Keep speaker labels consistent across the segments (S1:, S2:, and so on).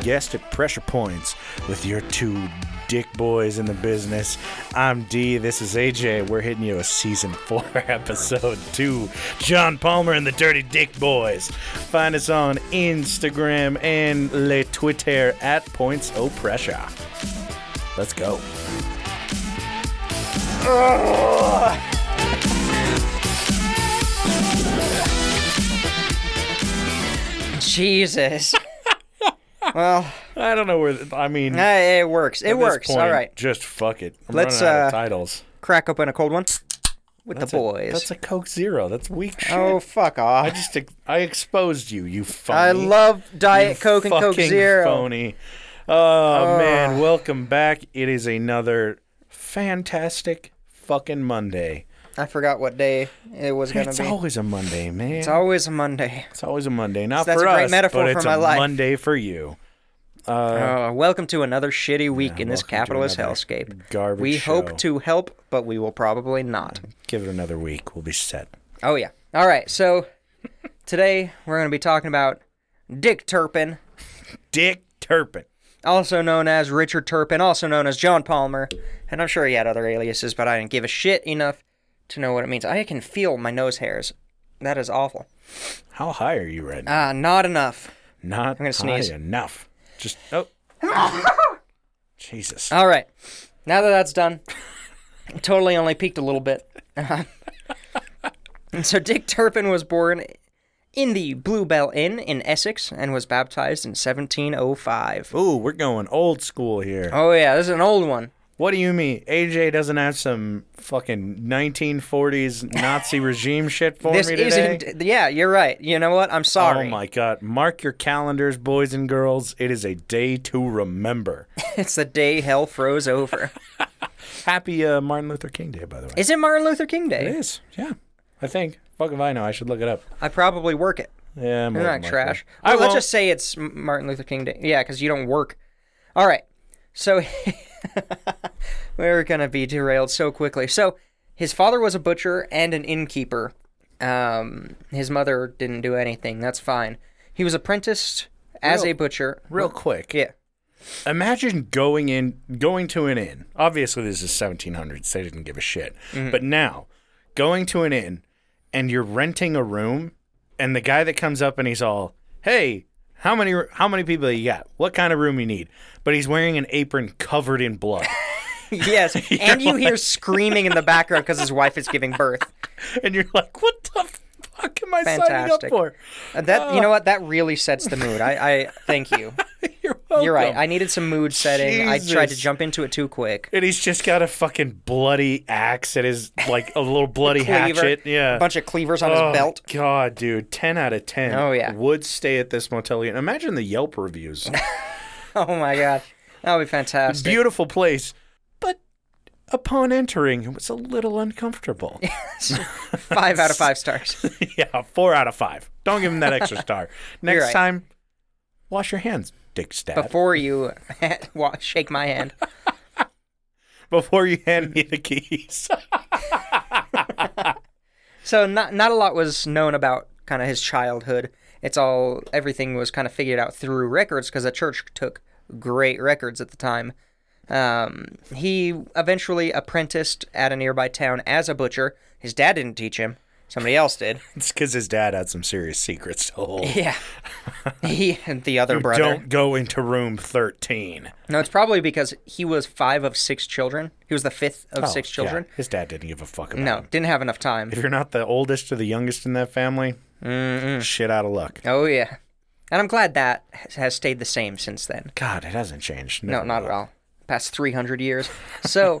S1: guest at Pressure Points with your two dick boys in the business. I'm D. This is AJ. We're hitting you with season four, episode two. John Palmer and the Dirty Dick Boys. Find us on Instagram and Le Twitter at Points O Pressure. Let's go.
S2: Jesus. Uh, well,
S1: I don't know where. th- I mean,
S2: eh,
S1: at
S2: it works. It
S1: this
S2: works.
S1: point,
S2: All right.
S1: Just fuck it. I'm
S2: Let's,
S1: running out of
S2: uh,
S1: titles.
S2: Crack open a cold one with the boys.
S1: A, that's a Coke Zero. That's weak shit.
S2: oh, fuck off.
S1: I just ex- I exposed you, you phony.
S2: I love Diet
S1: You
S2: Coke and Coke
S1: fucking
S2: Zero.
S1: Phony. Oh, man, welcome back. It is another fantastic fucking Monday.
S2: I forgot what day it was going
S1: It's
S2: to be.
S1: always a Monday, man.
S2: It's always a Monday.
S1: It's always a Monday. Not
S2: That's
S1: for
S2: a great
S1: us,
S2: metaphor
S1: but
S2: for
S1: it's
S2: my
S1: a
S2: life.
S1: Monday for you.
S2: Uh, welcome to another shitty week in this
S1: welcome to
S2: capitalist
S1: another
S2: hellscape.
S1: garbage
S2: We
S1: show.
S2: hope to help, but we will probably not.
S1: Give it another week. We'll be set.
S2: Oh yeah. All right. So today we're going to be talking about Dick Turpin,
S1: Dick Turpin.
S2: also known as Richard Turpin, also known as John Palmer, and I'm sure he had other aliases, but I didn't give a shit enough to know what it means. I can feel my nose hairs. That is awful.
S1: How high are you right now?
S2: Ah, not enough.
S1: Not
S2: gonna
S1: high
S2: sneeze.
S1: enough. Just oh. Jesus.
S2: All right. Now that that's done, I totally only peaked a little bit. and so Dick Turpin was born in the Bluebell Inn in Essex and was baptized in 1705.
S1: Ooh, we're going old school here.
S2: Oh yeah, this is an old one.
S1: What do you mean? AJ doesn't have some fucking 1940s Nazi regime shit for
S2: This
S1: me today?
S2: isn't. Yeah, you're right. You know what? I'm
S1: Oh
S2: sorry.
S1: my god. Mark your calendars, boys and girls. It is a day to remember.
S2: It's the day hell froze over.
S1: Happy uh, Martin Luther King Day, by the way.
S2: Is it Martin Luther King
S1: It
S2: Day?
S1: is. Yeah. I think. Fuck if I know. I should look it up.
S2: I probably work it.
S1: Yeah, I'm
S2: You're not trash.
S1: I
S2: Well, let's
S1: won't.
S2: just say it's M- Martin Luther King Day. Yeah, because you don't work. All right. So we're gonna be derailed so quickly. So his father was a butcher and an innkeeper. Um, his mother didn't do anything. That's fine. He was apprenticed as
S1: Real-
S2: a butcher.
S1: Real quick,
S2: Yeah.
S1: imagine going in, going to an inn. Obviously, this is 1700s; they didn't give a shit.
S2: Mm-hmm.
S1: But now, going to an inn, and you're renting a room, and the guy that comes up and he's all, "Hey, how many how many people you got? What kind of room you need?" But he's wearing an apron covered in blood,
S2: Yes. and you hear screaming in the background because his wife is giving birth.
S1: and you're like, "What the fuck am I signing up
S2: Fantastic.
S1: for?"
S2: Uh, That you know what? That really sets the mood. I, I thank you.
S1: You're welcome.
S2: You're right. I needed some mood setting. I tried to
S1: Jesus.
S2: jump into it too quick.
S1: and he's just got a fucking bloody axe at his like a little bloody hatchet. Yeah.
S2: A bunch of cleavers on his belt.
S1: Oh, God, dude, ten out of ten.
S2: Oh, yeah.
S1: would stay at this motel. And imagine the Yelp reviews.
S2: Oh my god, that would be fantastic.
S1: Beautiful place, but upon entering, it was a little uncomfortable.
S2: five out of five stars.
S1: yeah, four out of five. Don't give him that extra star. Next
S2: right.
S1: time, wash your hands, dick stab. Before,
S2: Before you wa- shake my hand,
S1: you hand me the keys.
S2: so not not a lot was known about kind of his childhood. It's all everything was kind of figured out through records because the church took great records at the time. Um, he eventually apprenticed at a nearby town as a butcher. His dad didn't teach him; somebody else did.
S1: it's because his dad had some serious secrets to hold.
S2: Yeah. He and the other brother.
S1: Don't go into room thirteen.
S2: No, it's probably because he was five of six children. He was the fifth of six
S1: Oh, yeah,
S2: children.
S1: His dad didn't give a fuck about.
S2: No,
S1: him.
S2: didn't have enough time.
S1: If you're not the oldest or the youngest in that family, shit out of luck.
S2: Oh, yeah. And I'm glad that has- has stayed the same since then.
S1: God, it hasn't changed.
S2: No,
S1: Never
S2: not at
S1: will.
S2: all. Past 300 years. So,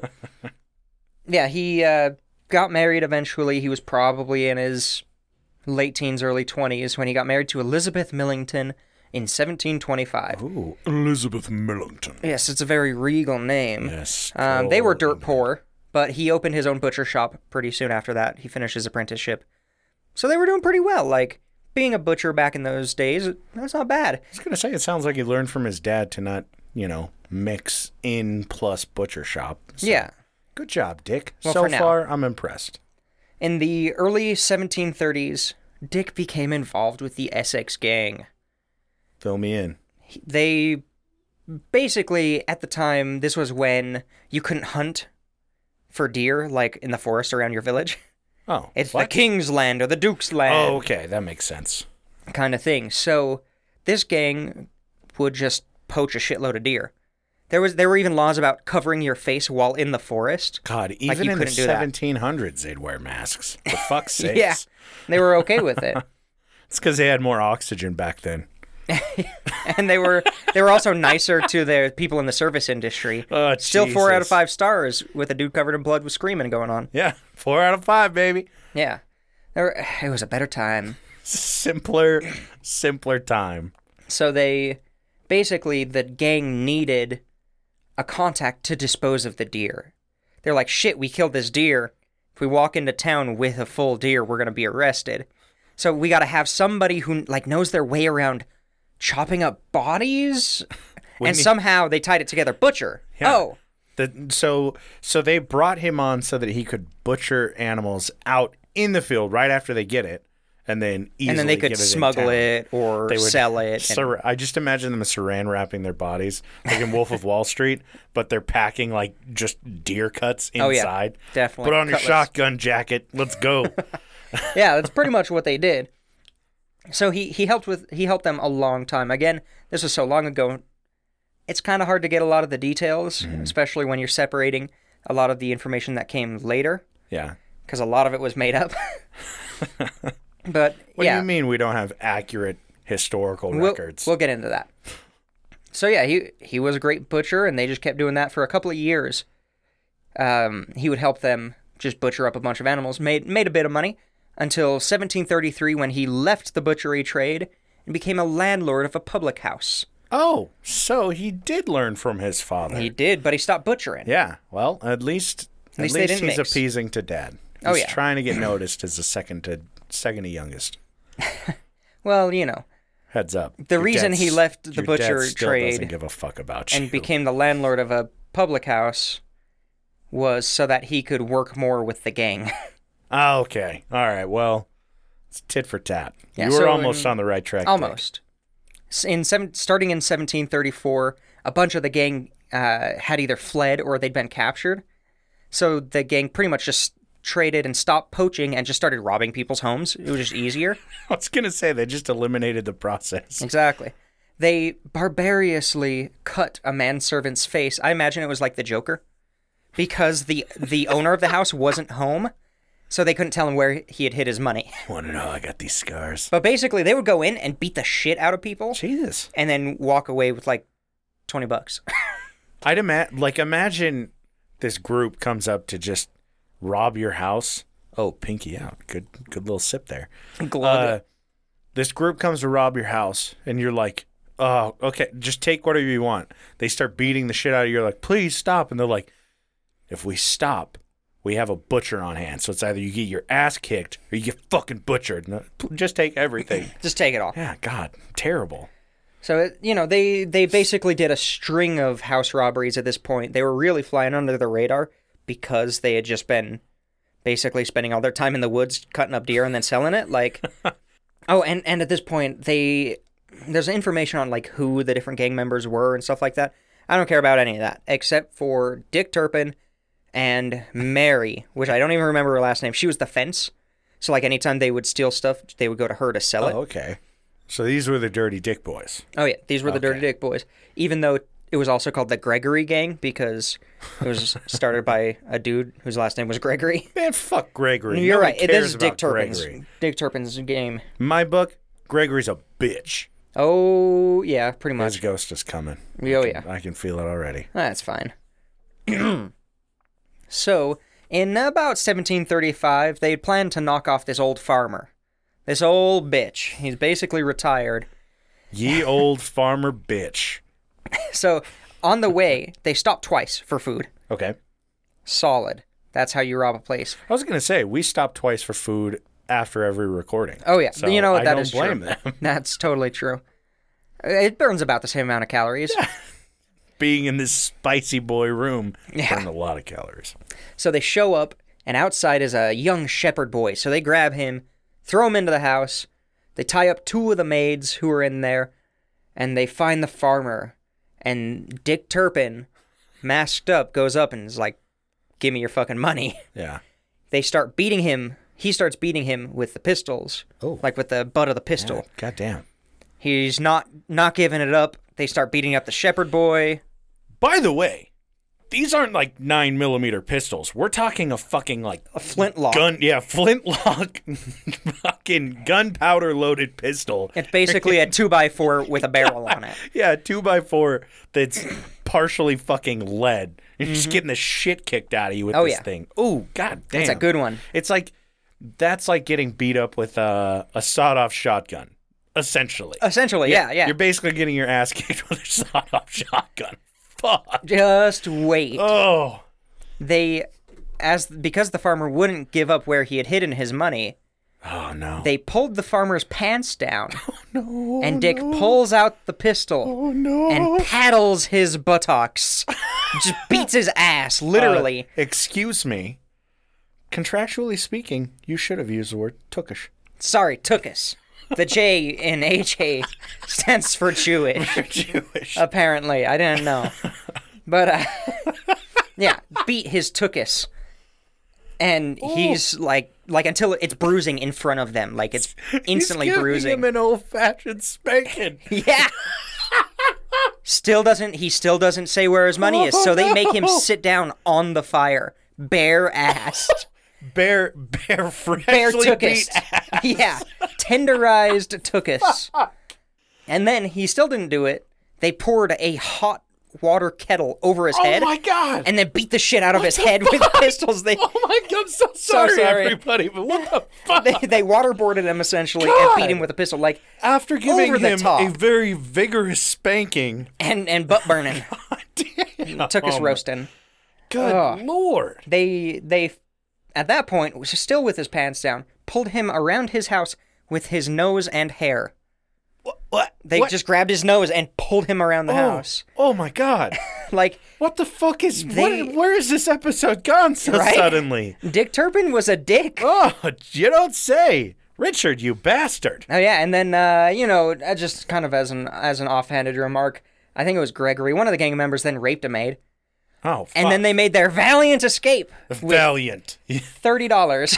S2: yeah, he uh, got married eventually. He was probably in his late teens, early 20s when he got married to Elizabeth Millington in 1725.
S1: Ooh, Elizabeth Millington.
S2: Yes, it's a very regal name.
S1: Yes. Oh,
S2: Um, they were
S1: Colin.
S2: dirt poor, but he opened his own butcher shop pretty soon after that. He finished his apprenticeship. So they were doing pretty well. Like, being a butcher back in those days, that's not bad.
S1: I was gonna say it sounds like he learned from his dad to not, you know, mix in plus butcher shop. So,
S2: Yeah.
S1: Good job, Dick.
S2: Well,
S1: so
S2: for now.
S1: far, I'm impressed.
S2: In the early 1730s, Dick became involved with the Essex Gang.
S1: Fill me in.
S2: They basically at the time this was when you couldn't hunt for deer like in the forest around your village.
S1: Oh,
S2: It's
S1: what?
S2: the king's land or the duke's land
S1: Oh, okay, that makes sense.
S2: kind of thing. So this gang would just poach a shitload of deer. There was there were even laws about covering your face while in the forest.
S1: God,
S2: you
S1: even in the
S2: couldn't do that.
S1: 1700s, they'd wear masks. For fuck's sake.
S2: Yeah. They were okay with it.
S1: It's because they had more oxygen back then.
S2: and they were they were also nicer to the people in the service industry.
S1: Oh,
S2: Still four out of
S1: Jesus.
S2: five stars with a dude covered in blood with screaming going on.
S1: Yeah, four out of five, baby.
S2: Yeah. There were- it was a better time.
S1: Simpler, simpler time.
S2: So they basically the gang needed a contact to dispose of the deer. They're like, shit, we killed this deer. If we walk into town with a full deer, we're gonna be arrested. So we gotta have somebody who like knows their way around chopping up bodies.
S1: We
S2: and
S1: need-
S2: somehow they tied it together. Butcher.
S1: Yeah.
S2: Oh.
S1: The, so, so they brought him on so that he could butcher animals out in the field right after they get it, and then easily
S2: and then they
S1: get
S2: could
S1: it in
S2: smuggle
S1: town.
S2: it or
S1: They would
S2: sell it. and-
S1: Sar- I just imagine them saran wrapping their bodies, like in Wolf of Wall Street, but they're packing like just deer cuts inside.
S2: Oh, yeah. Definitely.
S1: Put on
S2: Cutlets.
S1: your shotgun jacket. Let's go.
S2: yeah, that's pretty much what they did. So he he helped with he helped them a long time. Again, this was so long ago. It's kind of hard to get a lot of the details, especially when you're separating a lot of the information that came later
S1: yeah.
S2: because a lot of it was made up. but
S1: What
S2: yeah,
S1: do you mean we don't have accurate historical
S2: we'll,
S1: records?
S2: we'll get into that. So yeah, he he was a great butcher, and they just kept doing that for a couple of years. Um, he would help them just butcher up a bunch of animals, made made a bit of money until 1733 when he left the butchery trade and became a landlord of a public house.
S1: oh, so he did learn from his father.
S2: He did, but he stopped butchering.
S1: yeah. Well, at least at, least,
S2: least they didn't
S1: he's
S2: mix.
S1: appeasing to dad. He's
S2: Oh, yeah.
S1: trying to get noticed as the second to second to youngest.
S2: Well, you know,
S1: Heads up.
S2: The reason he
S1: dad's-
S2: left the
S1: your dad
S2: butcher
S1: still
S2: trade
S1: doesn't give a fuck about you.
S2: and became the landlord of a public house was so that he could work more with the gang.
S1: Oh, okay. All right. Well, it's tit for tat.
S2: Yeah,
S1: you were
S2: so
S1: almost
S2: in-
S1: on the right track. Dick.
S2: almost. S- In seven, starting in 1734, a bunch of the gang uh, had either fled or they'd been captured. So the gang pretty much just traded and stopped poaching and just started robbing people's homes. It was just easier.
S1: I was going to say they just eliminated the process.
S2: exactly. They barbariously cut a manservant's face. I imagine it was like the Joker, because the the owner of the house wasn't home, so they couldn't tell him where he had hid his money.
S1: Want to know? I got these scars.
S2: But basically, they would go in and beat the shit out of people.
S1: Jesus.
S2: and then walk away with like 20 bucks.
S1: I'd imagine, like, imagine this group comes up to just rob your house. Oh, pinky out. Good, good little sip there.
S2: Glug.
S1: Uh, this group comes to rob your house, and you're like, oh, okay, just take whatever you want. They start beating the shit out of you. You're like, please stop. And they're like, if we stop, we have a butcher on hand. So it's either you get your ass kicked or you get fucking butchered. No, pl- just take everything.
S2: just take it all.
S1: yeah, God, terrible.
S2: So it, you know, they they basically did a string of house robberies at this point. They were really flying under the radar because they had just been basically spending all their time in the woods cutting up deer and then selling it like Oh, and and at this point they there's information on like who the different gang members were and stuff like that. I don't care about any of that except for Dick Turpin and Mary, which I don't even remember her last name. She was the fence. So like anytime they would steal stuff, they would go to her to sell it.
S1: okay. So these were the dirty dick boys.
S2: Oh yeah, these were the Dirty
S1: Okay.
S2: Dick Boys. Even though it was also called the Gregory Gang because it was started by a dude whose last name was Gregory.
S1: Man, fuck Gregory.
S2: You're
S1: Nobody
S2: right. it-
S1: cares
S2: This is Dick
S1: about
S2: Turpin's
S1: Gregory.
S2: Dick Turpin's game.
S1: In My book, Gregory's a bitch.
S2: Oh yeah, pretty
S1: His
S2: much.
S1: ghost is coming.
S2: Oh yeah,
S1: I can feel it already.
S2: that's fine. so in about 1735, they had planned to knock off this old farmer, this old bitch. He's basically retired.
S1: Ye old farmer bitch.
S2: So on the way, they stopped twice for food.
S1: Okay.
S2: Solid. That's how you rob a place.
S1: I was gonna say we stop twice for food after every recording.
S2: Oh yeah,
S1: So
S2: you know
S1: I
S2: that
S1: don't
S2: is
S1: blame
S2: true.
S1: them.
S2: That's totally true. It burns about the same amount of calories.
S1: Being in this spicy boy room
S2: Yeah.
S1: burned a lot of calories.
S2: So they show up, and outside is a young shepherd boy. So they grab him, throw him into the house. They tie up two of the maids who are in there, and they find the farmer. and Dick Turpin, masked up, goes up and is like, "Give me your fucking money."
S1: Yeah.
S2: They start beating him. He starts beating him with the pistols,
S1: Oh.
S2: like with the butt of the pistol.
S1: God damn.
S2: He's not not giving it up. They start beating up the shepherd boy.
S1: By the way, these aren't like nine millimeter pistols. We're talking a fucking like
S2: A flintlock.
S1: gun, yeah, flintlock, fucking gunpowder loaded pistol.
S2: It's basically a two by four with a barrel on it.
S1: Yeah, two by four that's partially fucking lead. You're just getting the shit kicked out of you with
S2: Mm-hmm. Oh,
S1: this
S2: yeah.
S1: thing. Ooh, god damn.
S2: It's a good one.
S1: It's like that's like getting beat up with a, a sawed off shotgun, essentially.
S2: Essentially, yeah, Oh, yeah.
S1: You're basically getting your ass kicked with a sawed off shotgun. Fuck.
S2: Just wait.
S1: Oh.
S2: They, as because the farmer wouldn't give up where he had hidden his money,
S1: Oh no.
S2: they pulled the farmer's pants down. and Dick pulls out the pistol.
S1: oh no.
S2: and paddles his buttocks. Just beats his ass, literally.
S1: Uh, excuse me. Contractually speaking, you should have used the word tookish.
S2: Sorry, Tookus. The J in AJ stands for Jewish,
S1: Jewish.
S2: apparently. I didn't know. But, uh, yeah, beat his Tookus. And he's like, like until it's bruising in front of them, like it's instantly
S1: He's giving
S2: bruising.
S1: him an old fashioned spanking.
S2: Yeah. still doesn't he still doesn't say where his money is, so they
S1: Oh,
S2: make him sit down on the fire, bare ass.
S1: Bare, bare, freshly
S2: Bare
S1: beat
S2: tookus.
S1: ass.
S2: Yeah. Tenderized tookus.
S1: Ah,
S2: and then he still didn't do it. They poured a hot water kettle over his
S1: Oh
S2: head
S1: my god!
S2: and then beat the shit out of his head with pistols. They
S1: oh my god! I'm so sorry,
S2: sorry.
S1: everybody. But what the fuck?
S2: they, they waterboarded him essentially
S1: God.
S2: and beat him with a pistol like
S1: After giving
S2: Over the
S1: him
S2: top.
S1: a very vigorous spanking,
S2: and and butt burning.
S1: damn,
S2: Took his
S1: Oh my-
S2: roasting.
S1: Good
S2: Ugh.
S1: lord!
S2: they they at that point was still with his pants down pulled him around his house with his nose and hair
S1: What? what?
S2: they
S1: what?
S2: just grabbed his nose and pulled him around the
S1: Oh.
S2: house
S1: Oh my god!
S2: like
S1: What the fuck is?
S2: They-
S1: what, where is this episode gone so
S2: Right?
S1: suddenly?
S2: dick turpin was a dick oh,
S1: Oh, you don't say, Richard, you bastard!
S2: yeah and then uh, you know uh, just kind of as an as an offhanded remark i think it was gregory one of the gang members then raped a maid
S1: Oh, fuck.
S2: and then they made their valiant escape
S1: valiant.
S2: $30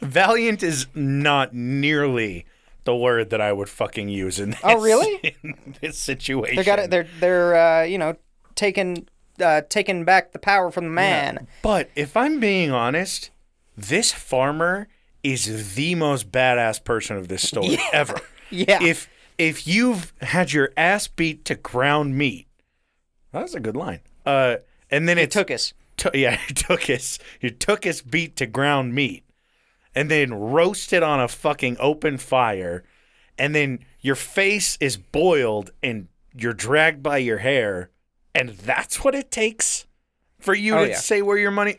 S1: Valiant is not nearly the word that I would fucking use in this.
S2: Oh, really?
S1: In this situation,
S2: they got it they're they're uh, you know taking uh, taking back the power from the man
S1: But if I'm being honest, this farmer is the most badass person of this story ever.
S2: Yeah.
S1: If if you've had your ass beat to ground meat, that's a good line. Uh, and then it
S2: took us
S1: to- yeah, you took his you took his beat to ground meat, and then roast it on a fucking open fire, and then your face is boiled and you're dragged by your hair, and that's what it takes for you
S2: Oh,
S1: to
S2: yeah.
S1: say where your money.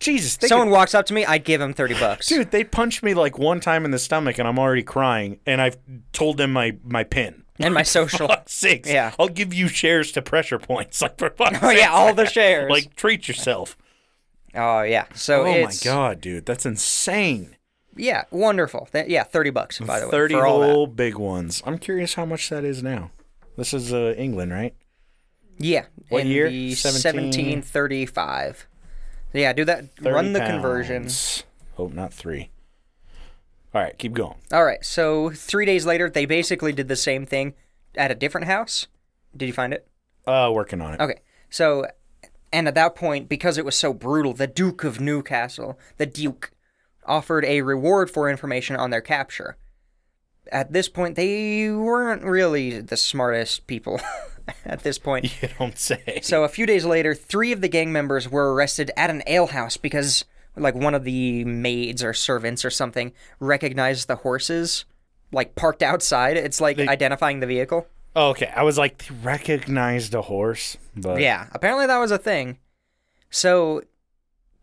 S1: Jesus, they
S2: someone
S1: could-
S2: walks up to me, I'd give him thirty bucks.
S1: dude, they punched me like one time in the stomach, and I'm already crying, and I've told them my my pin.
S2: and my social.
S1: Fuck sakes.
S2: Yeah.
S1: I'll give you shares to pressure points. Like for fuck's
S2: Oh, yeah,
S1: sakes,
S2: all the
S1: like-
S2: shares.
S1: Like treat yourself.
S2: Oh yeah. So
S1: Oh
S2: it's
S1: my god, dude, that's insane!
S2: yeah, wonderful. That, yeah, thirty bucks by the way.
S1: Thirty
S2: for all that.
S1: whole big ones. I'm curious how much that is now. This is uh, England, right?
S2: Yeah.
S1: What
S2: in
S1: year?
S2: The
S1: 17?
S2: Seventeen thirty-five. Yeah, do that. Run the conversion.
S1: conversions. Hope not three. All right, keep going.
S2: All right. So three days later, they basically did the same thing at a different house. Did you find it?
S1: Uh, working on it.
S2: Okay. So, and at that point, because it was so brutal, the Duke of Newcastle, the Duke, offered a reward for information on their capture. At this point, they weren't really the smartest people at this point.
S1: You don't say.
S2: So, a few days later, three of the gang members were arrested at an alehouse because, like, one of the maids or servants or something recognized the horses, like, parked outside. It's like identifying the vehicle.
S1: okay, I was like they recognized a horse, but
S2: Yeah, apparently that was a thing. So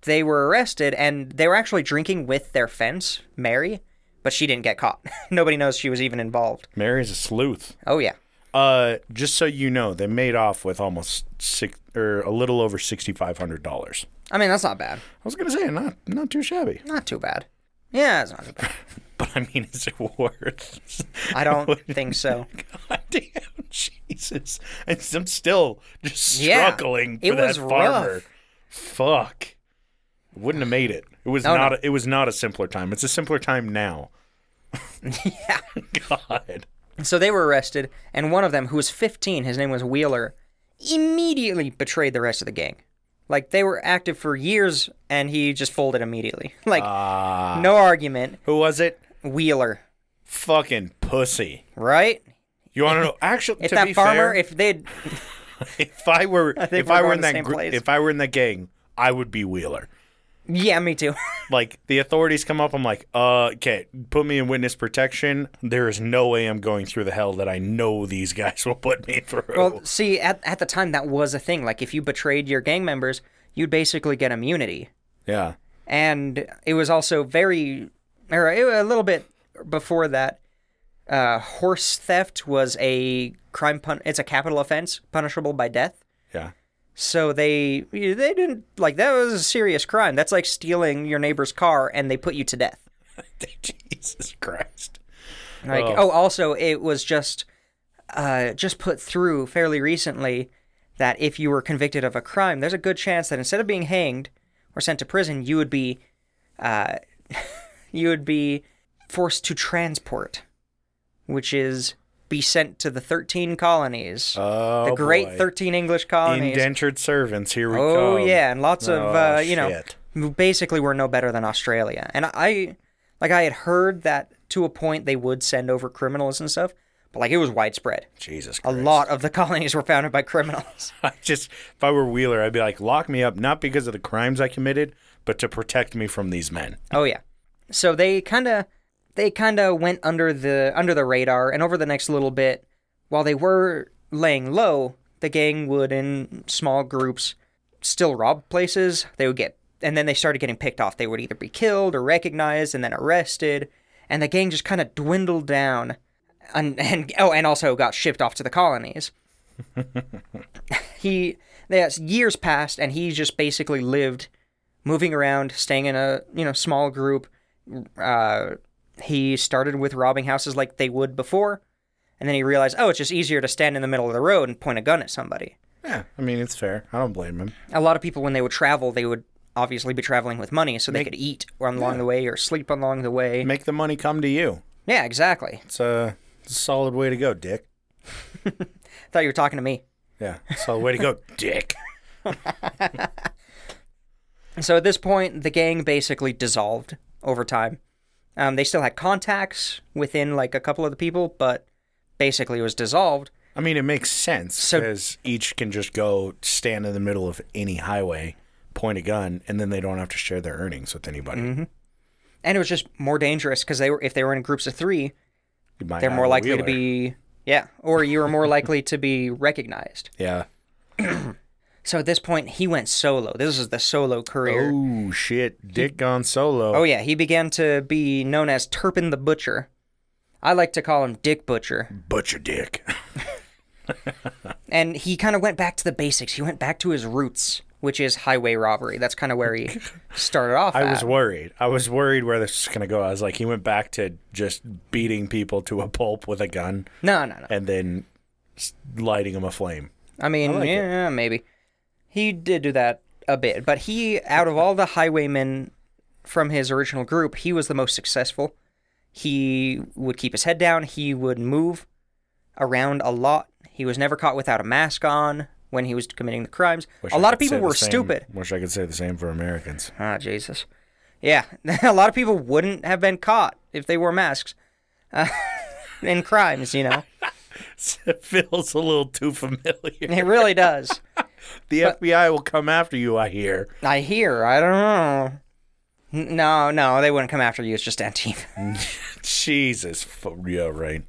S2: they were arrested and they were actually drinking with their fence, Mary, but she didn't get caught. Nobody knows she was even involved.
S1: Mary's a sleuth.
S2: Oh yeah.
S1: Uh, just so you know, they made off with almost six or a little over sixty five hundred dollars.
S2: I mean, that's not bad.
S1: I was gonna say not not too shabby.
S2: Not too bad. Yeah, it's not too bad.
S1: But I mean, is it worth?
S2: I don't think so.
S1: God damn, Jesus! It's- I'm still just
S2: Yeah,
S1: struggling
S2: it
S1: for that
S2: was
S1: farmer.
S2: rough.
S1: Fuck! Wouldn't have made it. It was
S2: No, no.
S1: not. A, it was not a simpler time. It's a simpler time now.
S2: yeah.
S1: God.
S2: So they were arrested, and one of them, who was 15, his name was Wheeler, immediately betrayed the rest of the gang. Like they were active for years, and he just folded immediately. Like
S1: Ah.
S2: no argument.
S1: Who was it?
S2: Wheeler,
S1: Fucking pussy.
S2: right?
S1: You want to know? Actually,
S2: If
S1: to be
S2: that
S1: fair,
S2: farmer, if they'd,
S1: if I were,
S2: think
S1: if
S2: we're
S1: I were
S2: going
S1: in
S2: the
S1: that,
S2: same
S1: gr-
S2: place.
S1: if I were in that gang, I would be Wheeler.
S2: yeah, me too.
S1: Like the authorities come up, I'm like, uh, okay, put me in witness protection. There is no way I'm going through the hell that I know these guys will put me through.
S2: Well, see, at at the time that was a thing. Like if you betrayed your gang members, you'd basically get immunity.
S1: yeah,
S2: and it was also very or a little bit before that uh, horse theft was a crime pun it's a capital offense punishable by death
S1: yeah,
S2: so they they didn't like that was a serious crime that's like stealing your neighbor's car and they put you to death
S1: Jesus Christ.
S2: like oh, also it was just uh, just put through fairly recently that if you were convicted of a crime there's a good chance that instead of being hanged or sent to prison you would be uh, you would be forced to transport which is be sent to the 13 colonies
S1: Oh,
S2: the great
S1: boy.
S2: 13 english colonies
S1: indentured servants. Here we
S2: oh
S1: come.
S2: yeah and lots of
S1: Oh,
S2: uh, you know
S1: shit.
S2: who basically were no better than Australia. And I, like, I had heard that to a point they would send over criminals and stuff, but like it was widespread.
S1: Jesus
S2: A
S1: Christ.
S2: lot of the colonies were founded by criminals.
S1: I just if I were Wheeler, I'd be like, lock me up, not because of the crimes I committed, but to protect me from these men.
S2: oh yeah, so they kind of, they kind of went under the under the radar, and over the next little bit, while they were laying low, the gang would in small groups still rob places. They would get, and then they started getting picked off. They would either be killed or recognized, and then arrested, and the gang just kind of dwindled down. and, and oh, and also got shipped off to the colonies. he, yes, years passed, and he just basically lived, moving around, staying in a you know small group. Uh, he started with robbing houses like they would before, and then he realized, oh, it's just easier to stand in the middle of the road and point a gun at somebody.
S1: Yeah, I mean it's fair. I don't blame him.
S2: A lot of people, when they would travel, they would obviously be traveling with money, so they could eat along the way or sleep along the way.
S1: Make the money come to you.
S2: Yeah, exactly.
S1: It's a, it's a solid way to go, Dick.
S2: Thought you were talking to me.
S1: Yeah, solid way to go, Dick.
S2: So at this point, the gang basically dissolved over time. Um, they still had contacts within like a couple of the people, but basically it was dissolved.
S1: I mean, it makes sense
S2: So-
S1: because each can just go stand in the middle of any highway, point a gun, and then they don't have to share their earnings with anybody.
S2: Mm-hmm. And it was just more dangerous because they were if they were in groups of three,
S1: You might
S2: they're
S1: have
S2: more
S1: a
S2: likely to
S1: Wheeler.
S2: be yeah, or you were more likely to be recognized.
S1: Yeah.
S2: So at this point, he went solo. This is the solo career.
S1: Oh shit, Dick gone solo.
S2: Oh yeah, he began to be known as Turpin the Butcher. I like to call him Dick Butcher.
S1: Butcher Dick.
S2: and he kind of went back to the basics. He went back to his roots, which is highway robbery. That's kind of where he started off.
S1: I
S2: at.
S1: was worried. I was worried where this was gonna go. I was like, he went back to just beating people to a pulp with a gun
S2: no, no, no.
S1: and then s- lighting them aflame.
S2: I mean,
S1: like it.
S2: yeah, maybe he did do that a bit, but he, out of all the highwaymen from his original group, he was the most successful. He would keep his head down. He would move around a lot. He was never caught without a mask on when he was committing the crimes.
S1: Wish
S2: a
S1: I
S2: lot of
S1: could say
S2: people
S1: the
S2: were
S1: same-
S2: stupid.
S1: Wish I could say the same for Americans.
S2: Ah, Jesus. Yeah, a lot of people wouldn't have been caught if they wore masks uh, in crimes, you know.
S1: it feels a little too familiar.
S2: It really does.
S1: The FBI will come after you, I hear.
S2: I hear, I don't know. N- No, no, they wouldn't come after you. It's just Antifa.
S1: Jesus. F- yeah, right.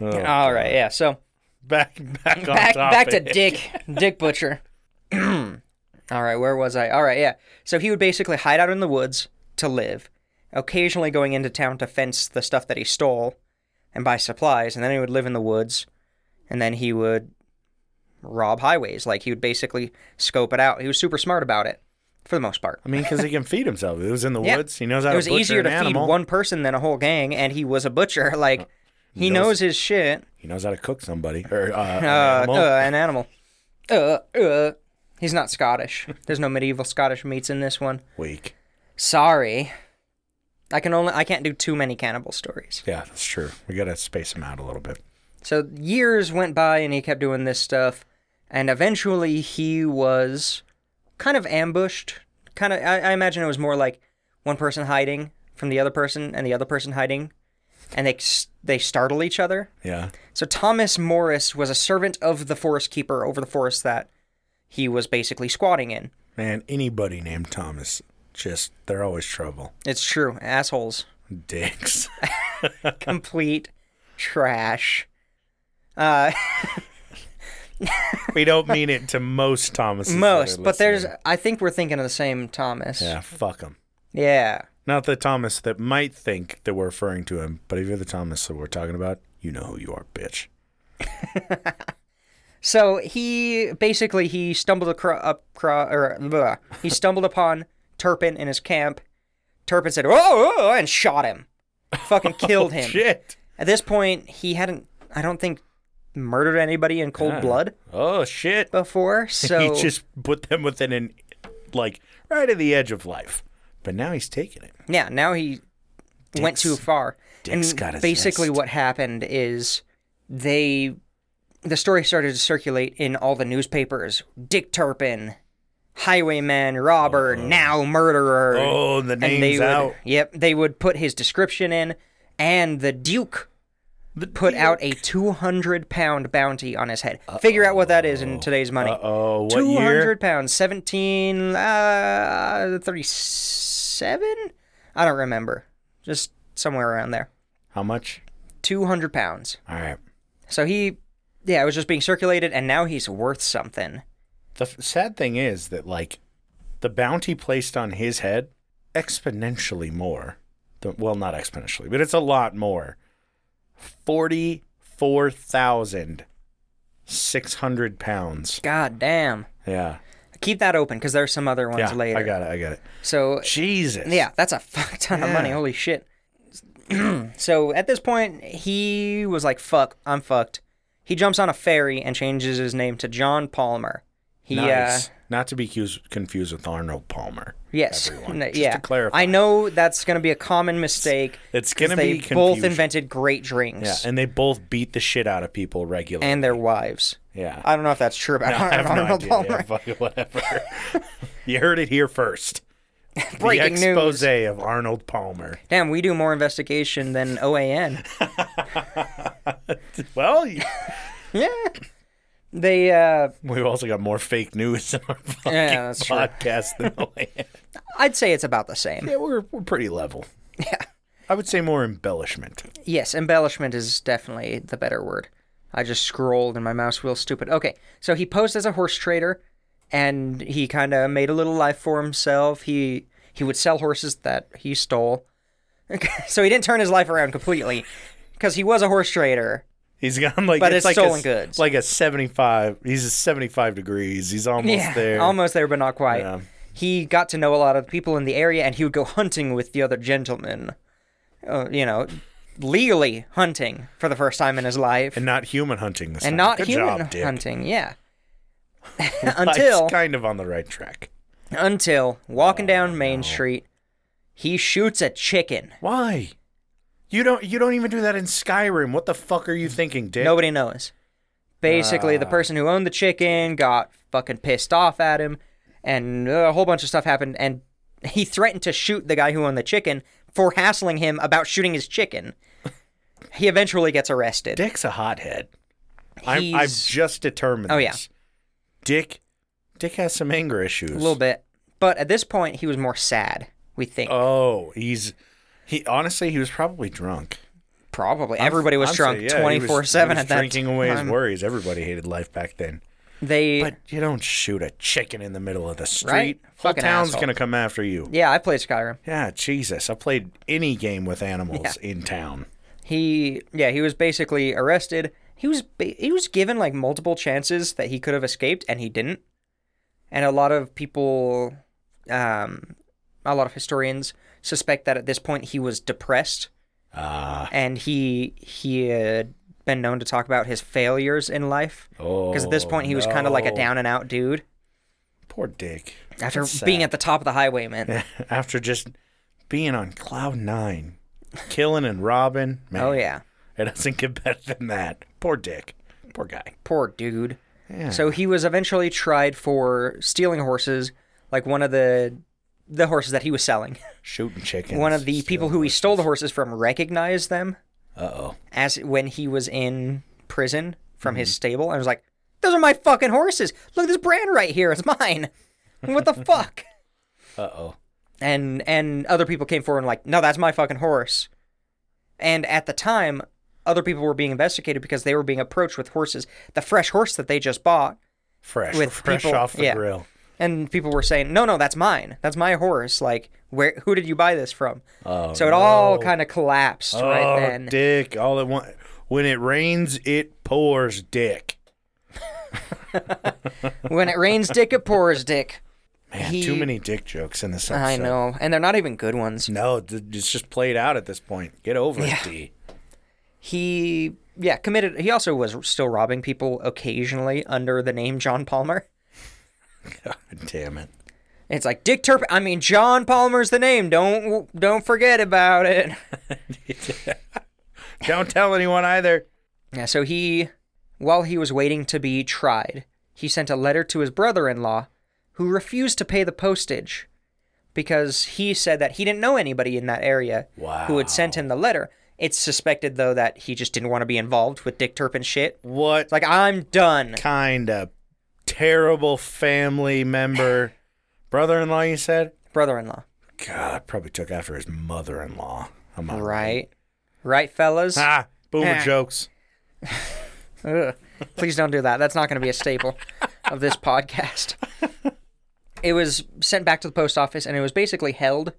S1: Oh,
S2: All right, yeah. So
S1: Back, back on topic.
S2: back back to Dick, Dick Butcher. All right, where was I? All right, yeah. So he would basically hide out in the woods to live, occasionally going into town to fence the stuff that he stole and buy supplies, and then he would live in the woods, and then he would rob highways. Like he would basically scope it out. He was super smart about it. for the most part.
S1: I mean, because he can feed himself. It was in the
S2: Yeah.
S1: woods. He knows how
S2: It was
S1: to butcher
S2: easier
S1: an
S2: to
S1: animal.
S2: feed one person than a whole gang, and he was a butcher. Like he knows,
S1: knows-
S2: his shit.
S1: He knows how to cook somebody or uh, an
S2: Uh,
S1: animal.
S2: uh, an animal. Uh, uh. He's not Scottish. There's no medieval Scottish meats in this one.
S1: Weak.
S2: Sorry. I can only I can't do too many cannibal stories.
S1: Yeah, that's true. We gotta space him out a little bit.
S2: So years went by and he kept doing this stuff and eventually he was kind of ambushed. Kind of I, I imagine it was more like one person hiding from the other person and the other person hiding and they s- they startle each other.
S1: Yeah.
S2: So Thomas Morris was a servant of the forest keeper over the forest that he was basically squatting in.
S1: Man, anybody named Thomas, just they're always trouble.
S2: It's true, assholes.
S1: Dicks.
S2: Complete trash. Uh
S1: we don't mean it to most Thomases. that are
S2: most, but there's
S1: listening.
S2: I think we're thinking of the same Thomas.
S1: yeah, fuck them.
S2: Yeah.
S1: Not the Thomas that might think that we're referring to him, but if you're the Thomas that we're talking about, you know who you are, bitch.
S2: So he basically he stumbled acro- up cro- or blah. he stumbled upon Turpin in his camp. Turpin said, "Oh!" oh," and shot him. Fucking killed him.
S1: Oh, Shit.
S2: At this point, he hadn't I don't think murdered anybody in cold
S1: Yeah.
S2: blood
S1: Oh shit.
S2: before, so
S1: he just put them within an, like, right at the edge of life. But now he's taking it.
S2: Yeah, now he went
S1: Dick's-
S2: too far.
S1: Dick's
S2: and
S1: got his
S2: basically
S1: list.
S2: what happened is they the story started to circulate in all the newspapers. Dick Turpin, highwayman, robber, now murderer.
S1: Oh, the
S2: and
S1: name's
S2: they would,
S1: out.
S2: Yep, they would put his description in and the duke put out a 200 pound bounty on his head. Figure out what that is in today's money.
S1: Oh, what
S2: 200
S1: year?
S2: pounds, 17, uh, 37? I don't remember. Just somewhere around there.
S1: How much?
S2: 200 pounds.
S1: All right.
S2: So he, yeah, it was just being circulated, and now he's worth something.
S1: The f- sad thing is that, like, the bounty placed on his head exponentially more. Than, well, not exponentially, but it's a lot more. 44,600 pounds.
S2: God damn.
S1: Yeah.
S2: Keep that open because there's some other ones
S1: yeah.
S2: later.
S1: I got it. I got it.
S2: So,
S1: Jesus.
S2: yeah, that's a fuck ton of money.
S1: Yeah.
S2: Holy shit. so at this point, he was like, fuck, I'm fucked. He jumps on a ferry and changes his name to John Palmer. He, uh,
S1: Nice. Not to be cus- confused with Arnold Palmer.
S2: Yes.
S1: everyone,
S2: No,
S1: just to
S2: yeah.
S1: clarify.
S2: I know that's going to be a common mistake.
S1: It's
S2: 'cause
S1: gonna
S2: they
S1: be
S2: both
S1: confusion.
S2: invented great
S1: Yeah.
S2: drinks
S1: And they both beat the shit out of people regularly.
S2: and their wives.
S1: yeah.
S2: I don't know if that's true about
S1: I have no
S2: Arnold
S1: idea.
S2: Palmer.
S1: Yeah, fucking whatever. you heard it here first.
S2: Breaking
S1: the expose
S2: news.
S1: of Arnold Palmer.
S2: Damn, we do more investigation than OAN.
S1: Well, you-
S2: yeah. They uh
S1: we've also got more fake news in our fucking
S2: Yeah, that's true.
S1: podcast than OAN.
S2: I'd say it's about the same.
S1: Yeah, we're, we're pretty level.
S2: Yeah.
S1: I would say more embellishment.
S2: Yes, embellishment is definitely the better word. I just scrolled and my mouse wheel's stupid. Okay, so he posed as a horse trader, and he kind of made a little life for himself. He he would sell horses that he stole, so he didn't turn his life around completely, because he was a horse trader.
S1: He's gone like
S2: But it's
S1: like
S2: stolen
S1: a,
S2: goods.
S1: Like a seventy-five. He's a seventy-five degrees. He's almost
S2: yeah,
S1: there.
S2: almost there, but not quite.
S1: Yeah.
S2: He got to know a lot of people in the area, and he would go hunting with the other gentlemen. Uh, you know, legally hunting for the first time in his life.
S1: and not human hunting this
S2: and
S1: time.
S2: not
S1: Good
S2: human
S1: job, Dick.
S2: hunting. Yeah.
S1: Life's
S2: until
S1: kind of on the right track.
S2: until walking
S1: Oh,
S2: down Main Street, he shoots a chicken.
S1: Why? You don't you don't even do that in Skyrim. What the fuck are you thinking, Dick? Ah.
S2: Nobody knows. Basically, the person who owned the chicken got fucking pissed off at him, and a whole bunch of stuff happened. And he threatened to shoot the guy who owned the chicken for hassling him about shooting his chicken. he eventually gets arrested.
S1: Dick's a hothead. I'm, I've
S2: He's-
S1: just determined.
S2: Oh, yeah.
S1: this. Dick, Dick has some anger issues.
S2: a little bit, but at this point, he was more sad. We think
S1: Oh, he's he. Honestly, he was probably drunk.
S2: probably everybody was
S1: I'm
S2: drunk
S1: saying, yeah, he
S2: twenty four seven
S1: he was
S2: at that
S1: drinking away
S2: time.
S1: his worries. Everybody hated life back then.
S2: They
S1: But you don't shoot a chicken in the middle of the street.
S2: Right?
S1: Whole
S2: Fucking
S1: town's
S2: asshole.
S1: gonna come after you.
S2: yeah, I played Skyrim.
S1: Yeah, Jesus. I played any game with animals in town.
S2: He yeah, he was basically arrested. He was ba- he was given like multiple chances that he could have escaped and he didn't. And a lot of people um, a lot of historians suspect that at this point he was depressed
S1: Ah,
S2: and he he had been known to talk about his failures in life
S1: oh.
S2: because at this point he was kind of like a
S1: no.
S2: down and out dude
S1: Poor Dick.
S2: after
S1: That's
S2: being
S1: sad.
S2: at the top of the highway man
S1: after just being on cloud nine, killing and robbing. Man,
S2: oh yeah
S1: it doesn't get better than that. Poor Dick. Poor guy.
S2: poor dude
S1: Yeah.
S2: so he was eventually tried for stealing horses like one of the the horses that he was selling
S1: shooting chickens.
S2: one of the people who he stole the horses from recognized them
S1: Uh oh.
S2: as when he was in prison from his stable and was like, "Those are my fucking horses. Look at this brand right here. It's mine. What the fuck?"
S1: Uh oh.
S2: And and other people came forward and like, "No, that's my fucking horse." And at the time, other people were being investigated because they were being approached with horses, the fresh horse that they just bought,
S1: Fresh,
S2: With
S1: fresh
S2: people-
S1: off the
S2: yeah.
S1: grill.
S2: and people were saying, "No, no, that's mine. That's my horse. Like, where who did you buy this from?"
S1: Oh,
S2: so it all
S1: no.
S2: kind of collapsed
S1: oh,
S2: right then.
S1: Dick! All at once. When it rains, it pours. Dick.
S2: when it rains dick it pours dick.
S1: Man,
S2: He-
S1: too many dick jokes in this episode.
S2: I know, and they're not even good ones.
S1: No, th- it's just played out at this point. Get over
S2: Yeah.
S1: it, D.
S2: he yeah committed he also was still robbing people occasionally under the name john palmer
S1: God damn it.
S2: it's like dick turpin i mean john palmer's the name don't don't forget about it
S1: Don't tell anyone either.
S2: yeah so he while he was waiting to be tried he sent a letter to his brother-in-law who refused to pay the postage because he said that he didn't know anybody in that area who had sent him the letter it's suspected though that he just didn't want to be involved with dick turpin shit
S1: What
S2: it's like i'm done
S1: kind of terrible family member, brother-in-law? You said.
S2: brother-in-law
S1: God, probably took after his mother-in-law. I'm on.
S2: Right. Right, fellas?
S1: Ah, boomer
S2: Ah.
S1: jokes.
S2: Ugh. Please don't do that. That's not going to be a staple of this podcast. It was sent back to the post office and it was basically held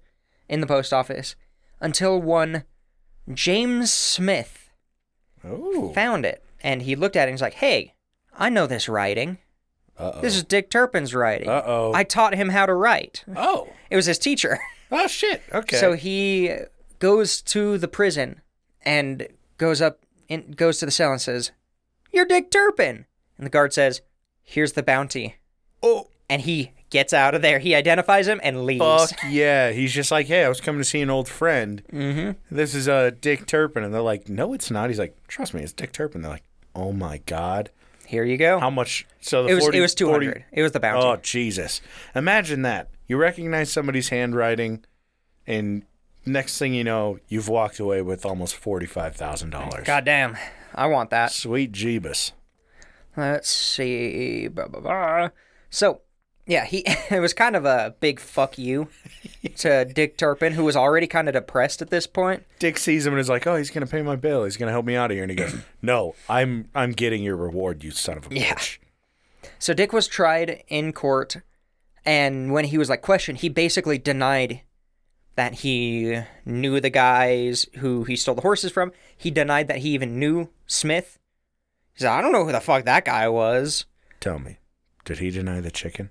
S2: in the post office until one James Smith
S1: Oh.
S2: found it and he looked at it and he's like, hey, I know this writing.
S1: Uh oh.
S2: This is Dick Turpin's writing.
S1: Uh-oh.
S2: I taught him how to write.
S1: Oh.
S2: It was his teacher.
S1: Oh shit. Okay.
S2: So he goes to the prison and goes up and goes to the cell and says, "You're Dick Turpin." And the guard says, "Here's the bounty."
S1: oh
S2: And he gets out of there. He identifies him and leaves.
S1: fuck yeah. He's just like, hey, I was coming to see an old friend. Mm-hmm. This is uh Dick Turpin, and they're like, no, it's not. He's like, trust me, it's Dick Turpin. They're like, oh my god,
S2: Here you go.
S1: how much? So the
S2: it was
S1: 40,
S2: it was
S1: 40
S2: 200. It was the bounty.
S1: Oh Jesus! Imagine that. You recognize somebody's handwriting, and next thing you know, you've walked away with almost forty-five thousand dollars.
S2: God damn. I want that.
S1: sweet Jeebus.
S2: Let's see. Blah, blah, blah. So, yeah, he it was kind of a big fuck you to Dick Turpin who was already kind of depressed at this point.
S1: Dick sees him and is like, "Oh, he's gonna pay my bill. He's gonna help me out of here." And he goes, "No, I'm I'm getting your reward, you son of a
S2: Yeah.
S1: bitch."
S2: So Dick was tried in court, and when he was like questioned, he basically denied that he knew the guys who he stole the horses from. He denied that he even knew Smith. He said, "I don't know who the fuck that guy was."
S1: Tell me, did he deny the chicken?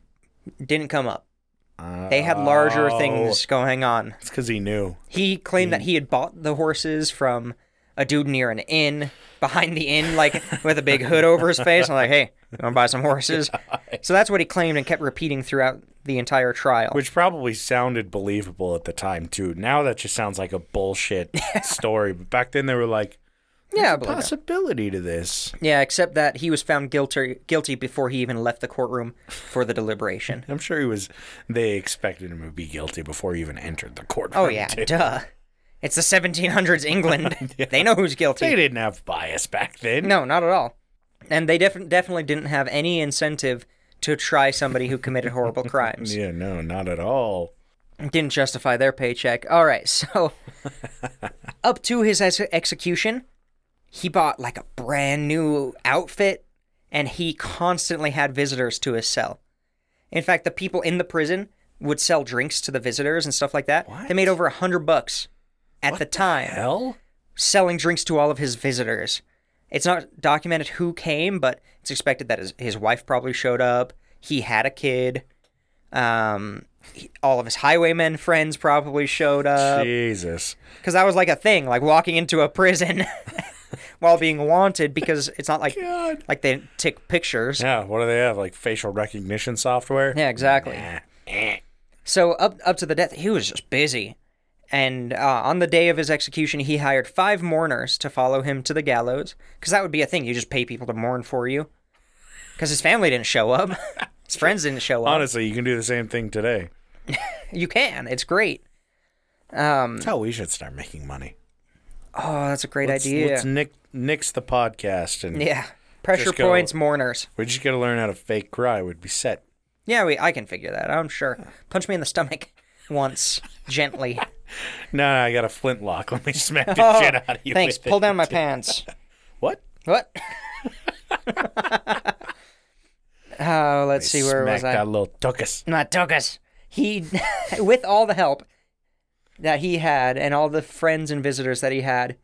S2: Didn't come up. They had larger
S1: Oh.
S2: things going on.
S1: It's because he knew.
S2: He claimed that he had bought the horses from a dude near an inn, behind the inn, like with a big hood over his face. I'm like, "Hey, you want to buy some horses?" So that's what he claimed and kept repeating throughout the entire trial.
S1: Which probably sounded believable at the time too. Now that just sounds like a bullshit story. But back then they were like,
S2: yeah, I believe that.
S1: possibility to this.
S2: Yeah, except that he was found guilty guilty before he even left the courtroom for the deliberation.
S1: I'm sure he was. They expected him to be guilty before he even entered the courtroom.
S2: Oh yeah,
S1: too.
S2: duh. It's the 1700s England. They know who's
S1: they
S2: guilty.
S1: didn't have bias back then.
S2: No, not at all. And they def- definitely didn't have any incentive to try somebody who committed horrible crimes.
S1: Yeah, no, not at all.
S2: Didn't justify their paycheck. All right, so up to his ex- execution, he bought like a brand new outfit and he constantly had visitors to his cell. In fact, the people in the prison would sell drinks to the visitors and stuff like that. They made over a hundred bucks at the time
S1: Hell.
S2: selling drinks to all of his visitors. It's not documented who came, but it's expected that his, his wife probably showed up. He had a kid. Um, he- all of his highwaymen friends probably showed up
S1: Jesus.
S2: because that was like a thing, like walking into a prison while being wanted because it's not like
S1: God.
S2: like they take pictures.
S1: Yeah, what do they have? Like facial recognition software?
S2: Yeah, exactly.
S1: Nah.
S2: So up up to the death, he was just busy, and uh, on the day of his execution, he hired five mourners to follow him to the gallows because that would be a thing. You just pay people to mourn for you because his family didn't show up, his friends didn't show up.
S1: Honestly, you can do the same thing today.
S2: You can. It's great. Mm. Um,
S1: That's how we should start making money.
S2: Oh, that's a great
S1: Let's,
S2: idea.
S1: let's nick, nix the podcast and
S2: yeah. Pressure
S1: Just go-
S2: points, mourners.
S1: we just got to learn how to fake cry. We'd be set.
S2: Yeah, we, I can figure that. I'm sure. Punch me in the stomach once, gently.
S1: No, no, I got a flintlock. Let me smack the
S2: Oh,
S1: shit out of you.
S2: thanks.
S1: with it.
S2: Pull down my pants.
S1: What?
S2: What? oh, let's see where
S1: smack
S2: was I?
S1: that little tuckus.
S2: My tuckus. He, with all the help that he had and all the friends and visitors that he had,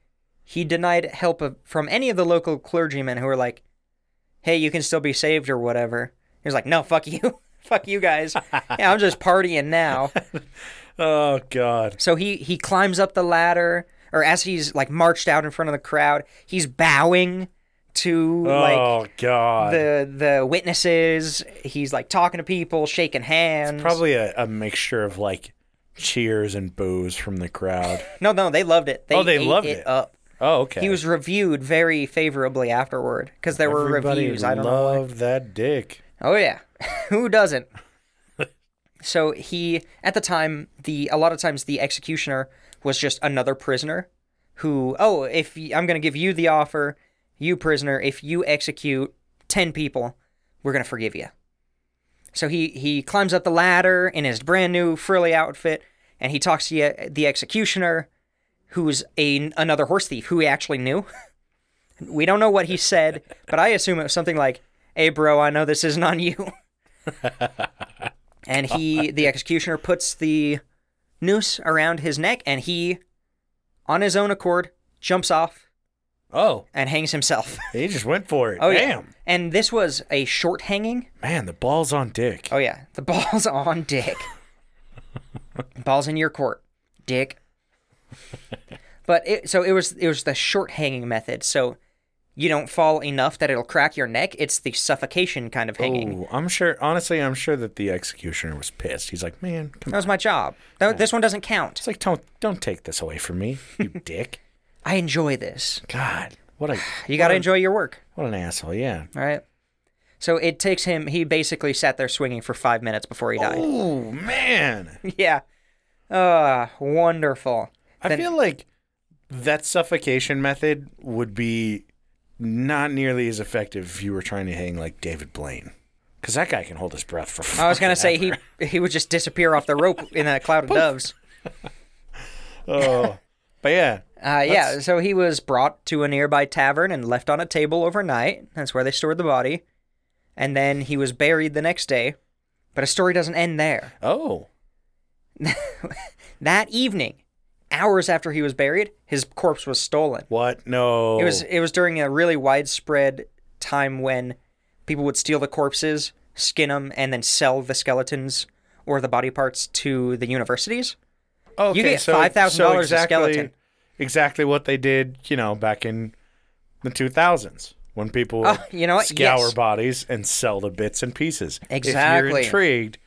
S2: he denied help of, from any of the local clergymen who were like, "Hey, you can still be saved or whatever." He was like, "No, fuck you, fuck you guys. Yeah, I'm just partying now."
S1: Oh God.
S2: So he he climbs up the ladder, or as he's like marched out in front of the crowd, he's bowing to like
S1: oh God.
S2: the the witnesses. He's like talking to people, shaking hands.
S1: Probably a, a mixture of like cheers and boos from the crowd.
S2: no, no, they loved it. They
S1: Oh, they
S2: ate
S1: loved
S2: it,
S1: it.
S2: up.
S1: Oh, okay.
S2: He was reviewed very favorably afterward because there were
S1: Everybody
S2: reviews. I don't know. why.
S1: loved that dick.
S2: Oh yeah, who doesn't? so he at the time the a lot of times the executioner was just another prisoner who oh if y- I'm going to give you the offer, you prisoner, if you execute 10 people, we're going to forgive you. So he he climbs up the ladder in his brand new frilly outfit and he talks to the, the executioner who's a another horse thief who he actually knew. we don't know what he said, but I assume it was something like, "Hey bro, I know this isn't on you." and he the executioner puts the noose around his neck and he on his own accord jumps off
S1: Oh,
S2: and hangs himself.
S1: he just went for it.
S2: Oh
S1: Damn.
S2: yeah. And this was a short hanging.
S1: Man, the ball's on dick.
S2: Oh yeah. The ball's on dick. ball's in your court, dick. But it, so it was it was the short hanging method. So you don't fall enough that it'll crack your neck. It's the suffocation kind of hanging.
S1: Ooh, I'm sure. Honestly, I'm sure that the executioner was pissed. He's like, "Man, come
S2: That
S1: on."
S2: was my job. That, This one doesn't count.
S1: It's like, don't don't take this away from me, you dick.
S2: I enjoy this.
S1: God, what a
S2: You got
S1: what
S2: to
S1: a-
S2: enjoy your work,
S1: What an asshole. Yeah.
S2: all right? So it takes him. He basically sat there swinging for five minutes before he died.
S1: Oh man,
S2: yeah. Ah, wonderful.
S1: I
S2: Then-
S1: feel like that suffocation method would be not nearly as effective if you were trying to hang like David Blaine, because that guy can hold his breath for.
S2: I was gonna
S1: fucking
S2: say
S1: ever.
S2: he he would just disappear off the rope in a cloud of doves.
S1: Oh, but yeah,
S2: Uh, yeah, so he was brought to a nearby tavern and left on a table overnight. That's where they stored the body, and then he was buried the next day. But a story doesn't end there.
S1: oh,
S2: That evening, hours after he was buried, his corpse was stolen.
S1: what? No,
S2: It was it was during a really widespread time when people would steal the corpses, skin them, and then sell the skeletons or the body parts to the universities.
S1: okay,
S2: you get
S1: so-
S2: $5,000 a
S1: so exactly-
S2: skeleton.
S1: Exactly what they did, you know, back in the 2000s when people
S2: Oh, you know what?
S1: scour
S2: Yes.
S1: bodies and sell the bits and pieces. If you're
S2: Exactly.
S1: intrigued,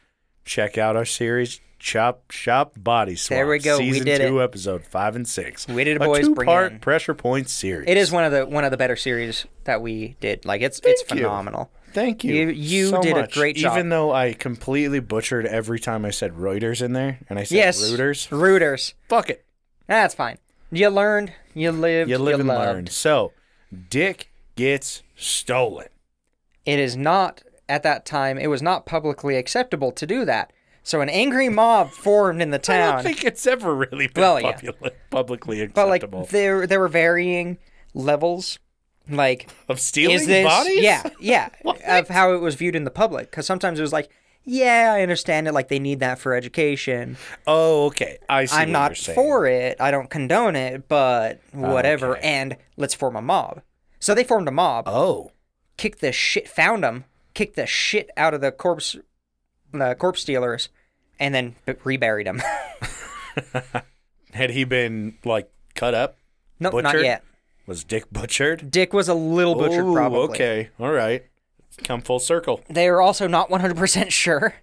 S1: check out our series Chop Shop Body Swap.
S2: There we go. We
S1: Season
S2: did it.
S1: two, episode five and six.
S2: We did it,
S1: a
S2: boys. Bring it
S1: Two-part
S2: in.
S1: pressure point series.
S2: It is one of the one of the better series that we did. Like it's it's
S1: Thank you.
S2: phenomenal.
S1: Thank you.
S2: You- you
S1: so
S2: did a
S1: much.
S2: great job.
S1: Even though I completely butchered every time I said Reuters in there, and I said
S2: yes,
S1: Reuters.
S2: Rooters.
S1: Fuck it.
S2: That's fine. You learned. You lived.
S1: You live and
S2: loved.
S1: learn. So, Dick gets stolen.
S2: It is not at that time. It was not publicly acceptable to do that. So an angry mob formed in the
S1: I
S2: town.
S1: don't think it's ever really been
S2: Well, yeah.
S1: popular- publicly
S2: but
S1: acceptable
S2: like there there were varying levels. Like
S1: of stealing
S2: is this
S1: bodies.
S2: yeah yeah of how it was viewed in the public because sometimes it was like yeah I understand it like they need that for education
S1: Oh, okay. I see.
S2: I'm
S1: what
S2: not
S1: you're saying.
S2: for it. I don't condone it, but whatever.
S1: Okay.
S2: And let's form a mob. So they formed a mob,
S1: Oh,
S2: kicked the shit, found them, kicked the shit out of the corpse, the corpse dealers, and then b- reburied him.
S1: Had he been like cut up?
S2: nope, not
S1: Butchered?
S2: yet.
S1: Was Dick butchered?
S2: Dick was a little butchered,
S1: Ooh,
S2: probably.
S1: okay, all right. Come full circle.
S2: They are also not 100% sure,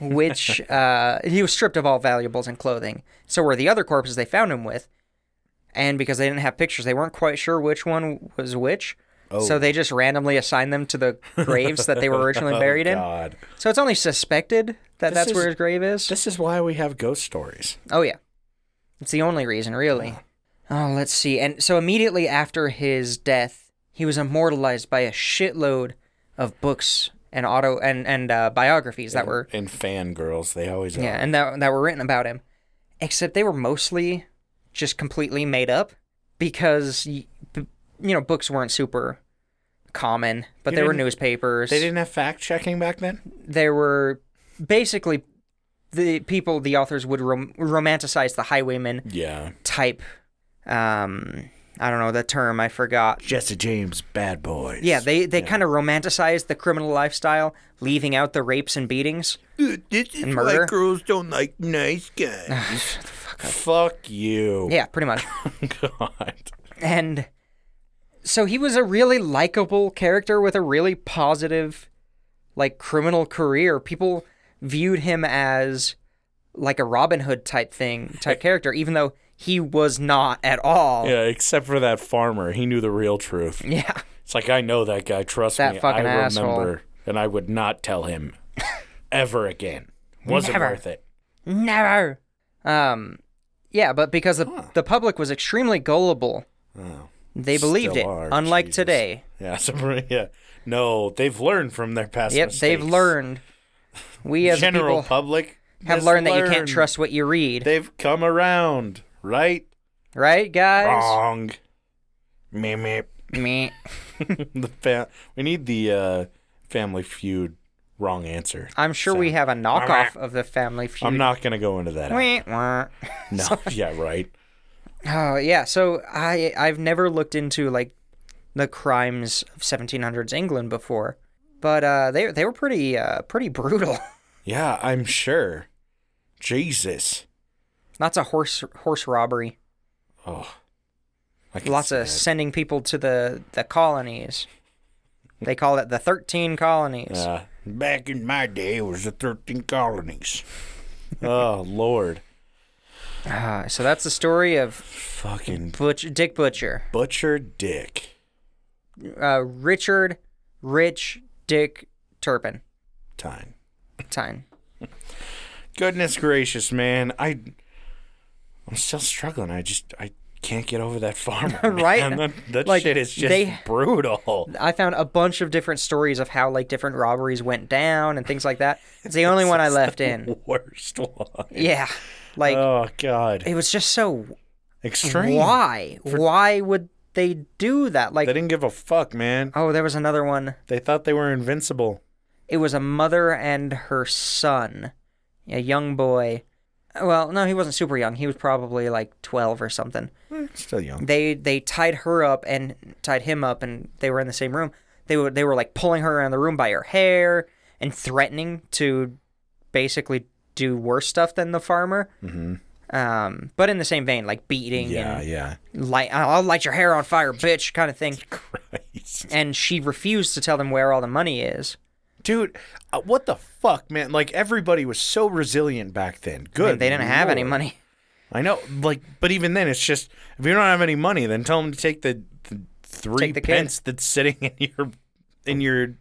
S2: which uh, he was stripped of all valuables and clothing. So were the other corpses they found him with. And because they didn't have pictures, they weren't quite sure which one was which.
S1: Oh.
S2: So they just randomly assigned them to the graves that they were originally buried in.
S1: Oh, God,
S2: So it's only suspected that
S1: This
S2: that's
S1: is-
S2: where his grave is.
S1: this is why we have ghost stories.
S2: Oh yeah, it's the only reason, really. Oh, let's see. And so immediately after his death, he was immortalized by a shitload of books and auto and and uh, biographies that were
S1: and fangirls. They always
S2: yeah,
S1: are.
S2: and that that were written about him. Except they were mostly just completely made up because y- b- you know books weren't super common, but
S1: You
S2: there were
S1: didn't-
S2: newspapers.
S1: They didn't have fact checking back then.
S2: There were basically the people the authors would rom- romanticize the highwaymen
S1: Yeah,
S2: type um I don't know the term I forgot.
S1: Jesse James, bad boys.
S2: Yeah, they they kind of romanticized the criminal lifestyle, leaving out the rapes and beatings.
S3: Uh, This is
S2: And murder? Oh,
S3: why girls don't like nice guys.
S1: Fuck you.
S2: Yeah, pretty much.
S1: God.
S2: and so he was a really likable character with a really positive like criminal career. People viewed him as like a Robin Hood type thing, type character even though he was not at all.
S1: Yeah, except for that farmer. He knew the real truth.
S2: yeah.
S1: It's like I know that guy. Trust
S2: That
S1: me.
S2: fucking
S1: I
S2: asshole.
S1: remember, and I would not tell him ever again. Wasn't
S2: Never.
S1: worth it.
S2: Never. Um, yeah, but because the, the public was extremely gullible, they believed
S1: Still
S2: it.
S1: are,
S2: unlike
S1: Jesus.
S2: today,
S1: Oh, Yeah, so, yeah. No, they've learned from their past
S2: yep, they've
S1: mistakes.
S2: learned. We as a
S1: General
S2: people
S1: public
S2: have
S1: has
S2: learned that you can't
S1: learned.
S2: trust what you read,
S1: They've come around, right?
S2: right, guys?
S1: Wrong. Meh, meh.
S2: Meh.
S1: the fa- we need the uh, Family Feud wrong answer.
S2: I'm sure we have a knockoff of the Family Feud.
S1: I'm not gonna go into that.
S2: Meh, meh.
S1: No, yeah, right.
S2: Oh yeah, so I I've never looked into like the crimes of 1700s England before, but uh, they they were pretty uh, pretty brutal.
S1: Yeah, I'm sure. Jesus.
S2: Lots of horse horse robbery.
S1: Oh. I can
S2: lots
S1: see
S2: of sending people to the the colonies. They call it the thirteen colonies.
S1: that. Uh,
S3: Back in my day, it was the 13 colonies.
S1: oh Lord,
S2: Ah, so that's the story of
S1: fucking
S2: Butch, Dick Butcher,
S1: butcher dick.
S2: uh, Richard Rich Dick Turpin
S1: Time.
S2: Tyne.
S1: Goodness gracious, man. I I'm still struggling. I just I can't get over that farmer.
S2: Right?
S1: man. That, that
S2: Like,
S1: shit is just
S2: they-
S1: brutal.
S2: I found a bunch of different stories of how like different robberies went down and things like that. It's the only one I left in.
S1: Worst one.
S2: Yeah, like
S1: oh god.
S2: it was just so.
S1: Extreme.
S2: Why? Why would they do that?
S1: They
S2: Like,
S1: didn't give a fuck, man.
S2: oh, there was another one.
S1: They thought they were invincible.
S2: it was a mother and her son, a young boy. Well, no, he wasn't super young. He was probably like 12 or something.
S1: Eh, Still young.
S2: They they tied her up and tied him up and they were in the same room. They were they were like pulling her around the room by her hair and threatening to basically do worse stuff than the farmer. Mm-hmm. Um, but in the same vein, like beating
S1: Yeah,
S2: and
S1: yeah.
S2: light, I'll light your hair on fire, bitch, kind of thing.
S1: Christ.
S2: And she refused to tell them where all the money is.
S1: Dude, uh, what the fuck, man? Like everybody was so resilient back then. Good.
S2: They didn't have any
S1: lord.
S2: money.
S1: I know, like, but even then, it's just if you don't have any money, then tell them to take the, the three
S2: Take the kid.
S1: pence that's sitting in your in your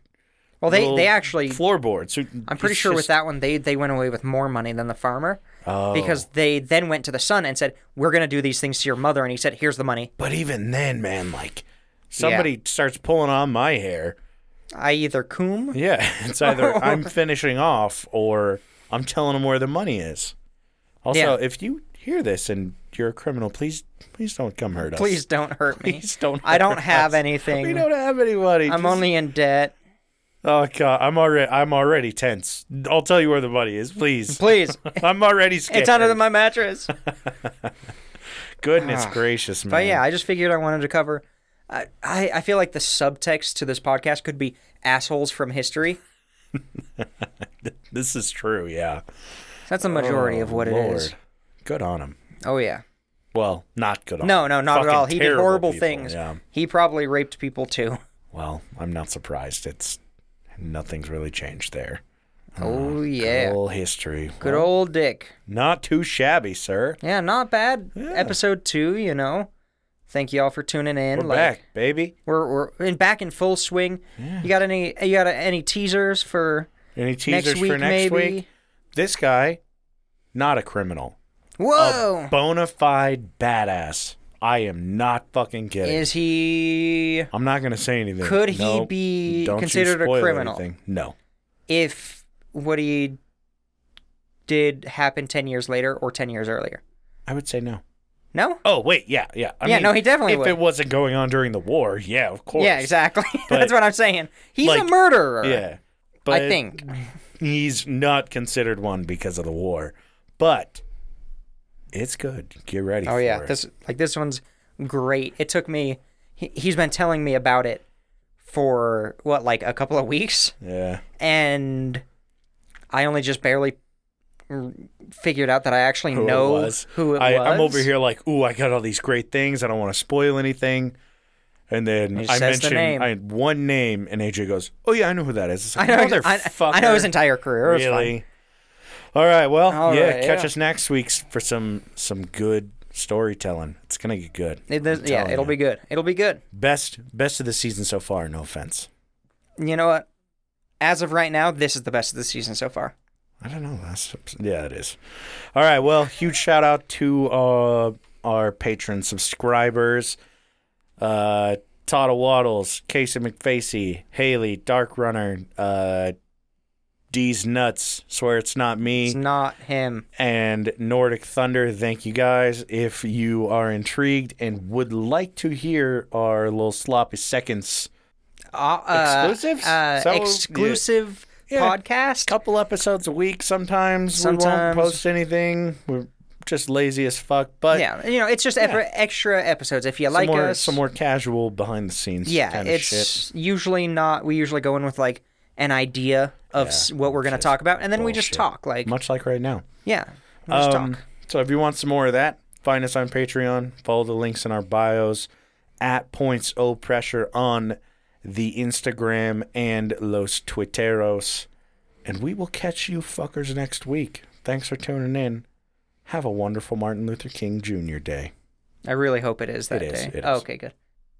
S2: Well, they,
S1: little
S2: they actually
S1: floorboards. So
S2: I'm pretty sure with that one they they went away with more money than the farmer
S1: Oh.
S2: because they then went to the son and said, "We're going to do these things to your mother." And he said, "Here's the money."
S1: But even then, man, like somebody starts pulling on my hair.
S2: I either coom.
S1: Yeah, it's either I'm finishing off or I'm telling them where the money is. Also,
S2: Yeah.
S1: if you hear this and you're a criminal, please please don't come hurt us.
S2: Please don't hurt me.
S1: Please don't
S2: I don't
S1: hurt
S2: have
S1: us.
S2: anything.
S1: We don't have anybody.
S2: I'm
S1: Just-
S2: only in debt.
S1: Oh god, I'm already I'm already tense. I'll tell you where the money is, please.
S2: Please,
S1: I'm already scared.
S2: it's under the- my mattress.
S1: Goodness gracious, man.
S2: But yeah, I just figured I wanted to cover. I, I I feel like the subtext to this podcast could be assholes from history.
S1: This is true, yeah.
S2: That's a majority of what it is.
S1: Oh, Lord. Good on him.
S2: Oh yeah.
S1: Well, not good on
S2: No,
S1: him.
S2: no, not at
S1: Fucking
S2: all. He did
S1: terrible
S2: horrible
S1: people,
S2: things.
S1: Yeah.
S2: He probably raped people too.
S1: Well, I'm not surprised. It's nothing's really changed there.
S2: Oh yeah.
S1: Whole history.
S2: Good old Dick.
S1: Not too shabby, sir.
S2: Yeah, not bad. Episode two, you know. Thank you all for tuning in.
S1: We're back, baby.
S2: We're we're in back in full swing. You got any you got any teasers for
S1: Any teasers
S2: next week
S1: for next
S2: maybe?
S1: week? This guy, not a criminal.
S2: Whoa.
S1: A bona fide badass. I am not fucking kidding.
S2: Is he
S1: I'm not gonna say anything.
S2: Could he
S1: Nope.
S2: be
S1: Don't you
S2: considered a
S1: spoil
S2: criminal?
S1: anything. No.
S2: if what he did happen 10 years later or 10 years earlier?
S1: I would say no.
S2: No?
S1: Oh wait, yeah, yeah. I
S2: Yeah,
S1: mean,
S2: no, he definitely
S1: If
S2: would.
S1: it wasn't going on during the war, yeah, of course.
S2: Yeah, exactly.
S1: But-
S2: That's what I'm saying. He's a
S1: like,
S2: murderer.
S1: Yeah, but
S2: I think.
S1: he's not considered one because of the war. But it's good. Get ready.
S2: Oh
S1: for
S2: yeah,
S1: it.
S2: this like this one's great. It took me. He, he's been telling me about it for what like a couple of weeks,
S1: Yeah,
S2: and I only just barely r- figured out that I actually
S1: who
S2: know
S1: it was.
S2: who it
S1: I,
S2: was.
S1: I'm over here like, ooh, I got all these great things. I don't want to spoil anything. And then
S2: He
S1: I
S2: says the
S1: mentioned
S2: name.
S1: I had one name, and AJ goes, "Oh yeah, I know who that is." It's
S2: I
S1: like,
S2: know. I,
S1: Motherfucker.
S2: I know his entire career. It's fine.
S1: really. All right. Well,
S2: All
S1: yeah.
S2: right,
S1: catch
S2: yeah.
S1: us next week for some some good storytelling. It's gonna get good.
S2: It does-
S1: I'm
S2: yeah,
S1: telling
S2: it'll
S1: you.
S2: be good. It'll be good.
S1: best best of the season so far. No offense.
S2: You know what? As of right now, this is the best of the season so far.
S1: I don't know. That's yeah, it is. All right. Well, huge shout out to uh, our patron subscribers: uh, Todd Waddles, Casey McFacey, Haley, Dark Runner, uh, D's Nuts. Swear it's not me.
S2: It's not him.
S1: and Nordic Thunder. Thank you guys. If you are intrigued and would like to hear our little sloppy seconds,
S2: Uh, uh,
S1: Exclusives?
S2: Uh,
S1: Is that what-
S2: exclusive
S1: Yeah.
S2: podcast.
S1: couple episodes a week sometimes. We won't
S2: Sometimes.
S1: post anything. We're just lazy as fuck. But
S2: yeah, you know, it's just ep- extra episodes. If you
S1: some,
S2: like
S1: more,
S2: us,
S1: some more casual behind the scenes
S2: yeah,
S1: kind of shit.
S2: it's usually not. We usually go in with like an idea of s what we're gonna talk about, and then we just
S1: bullshit.
S2: talk. Like,
S1: Much like right now.
S2: yeah, we just
S1: Um,
S2: talk.
S1: So if you want some more of that, find us on Patreon. Follow the links in our bios at Points O Pressure on the Instagram and Los Twitteros. And we will catch you fuckers next week. Thanks for tuning in. Have a wonderful Martin Luther King Jr. Day.
S2: I really hope it is that
S1: It is,
S2: day.
S1: it is.
S2: Oh, okay, good.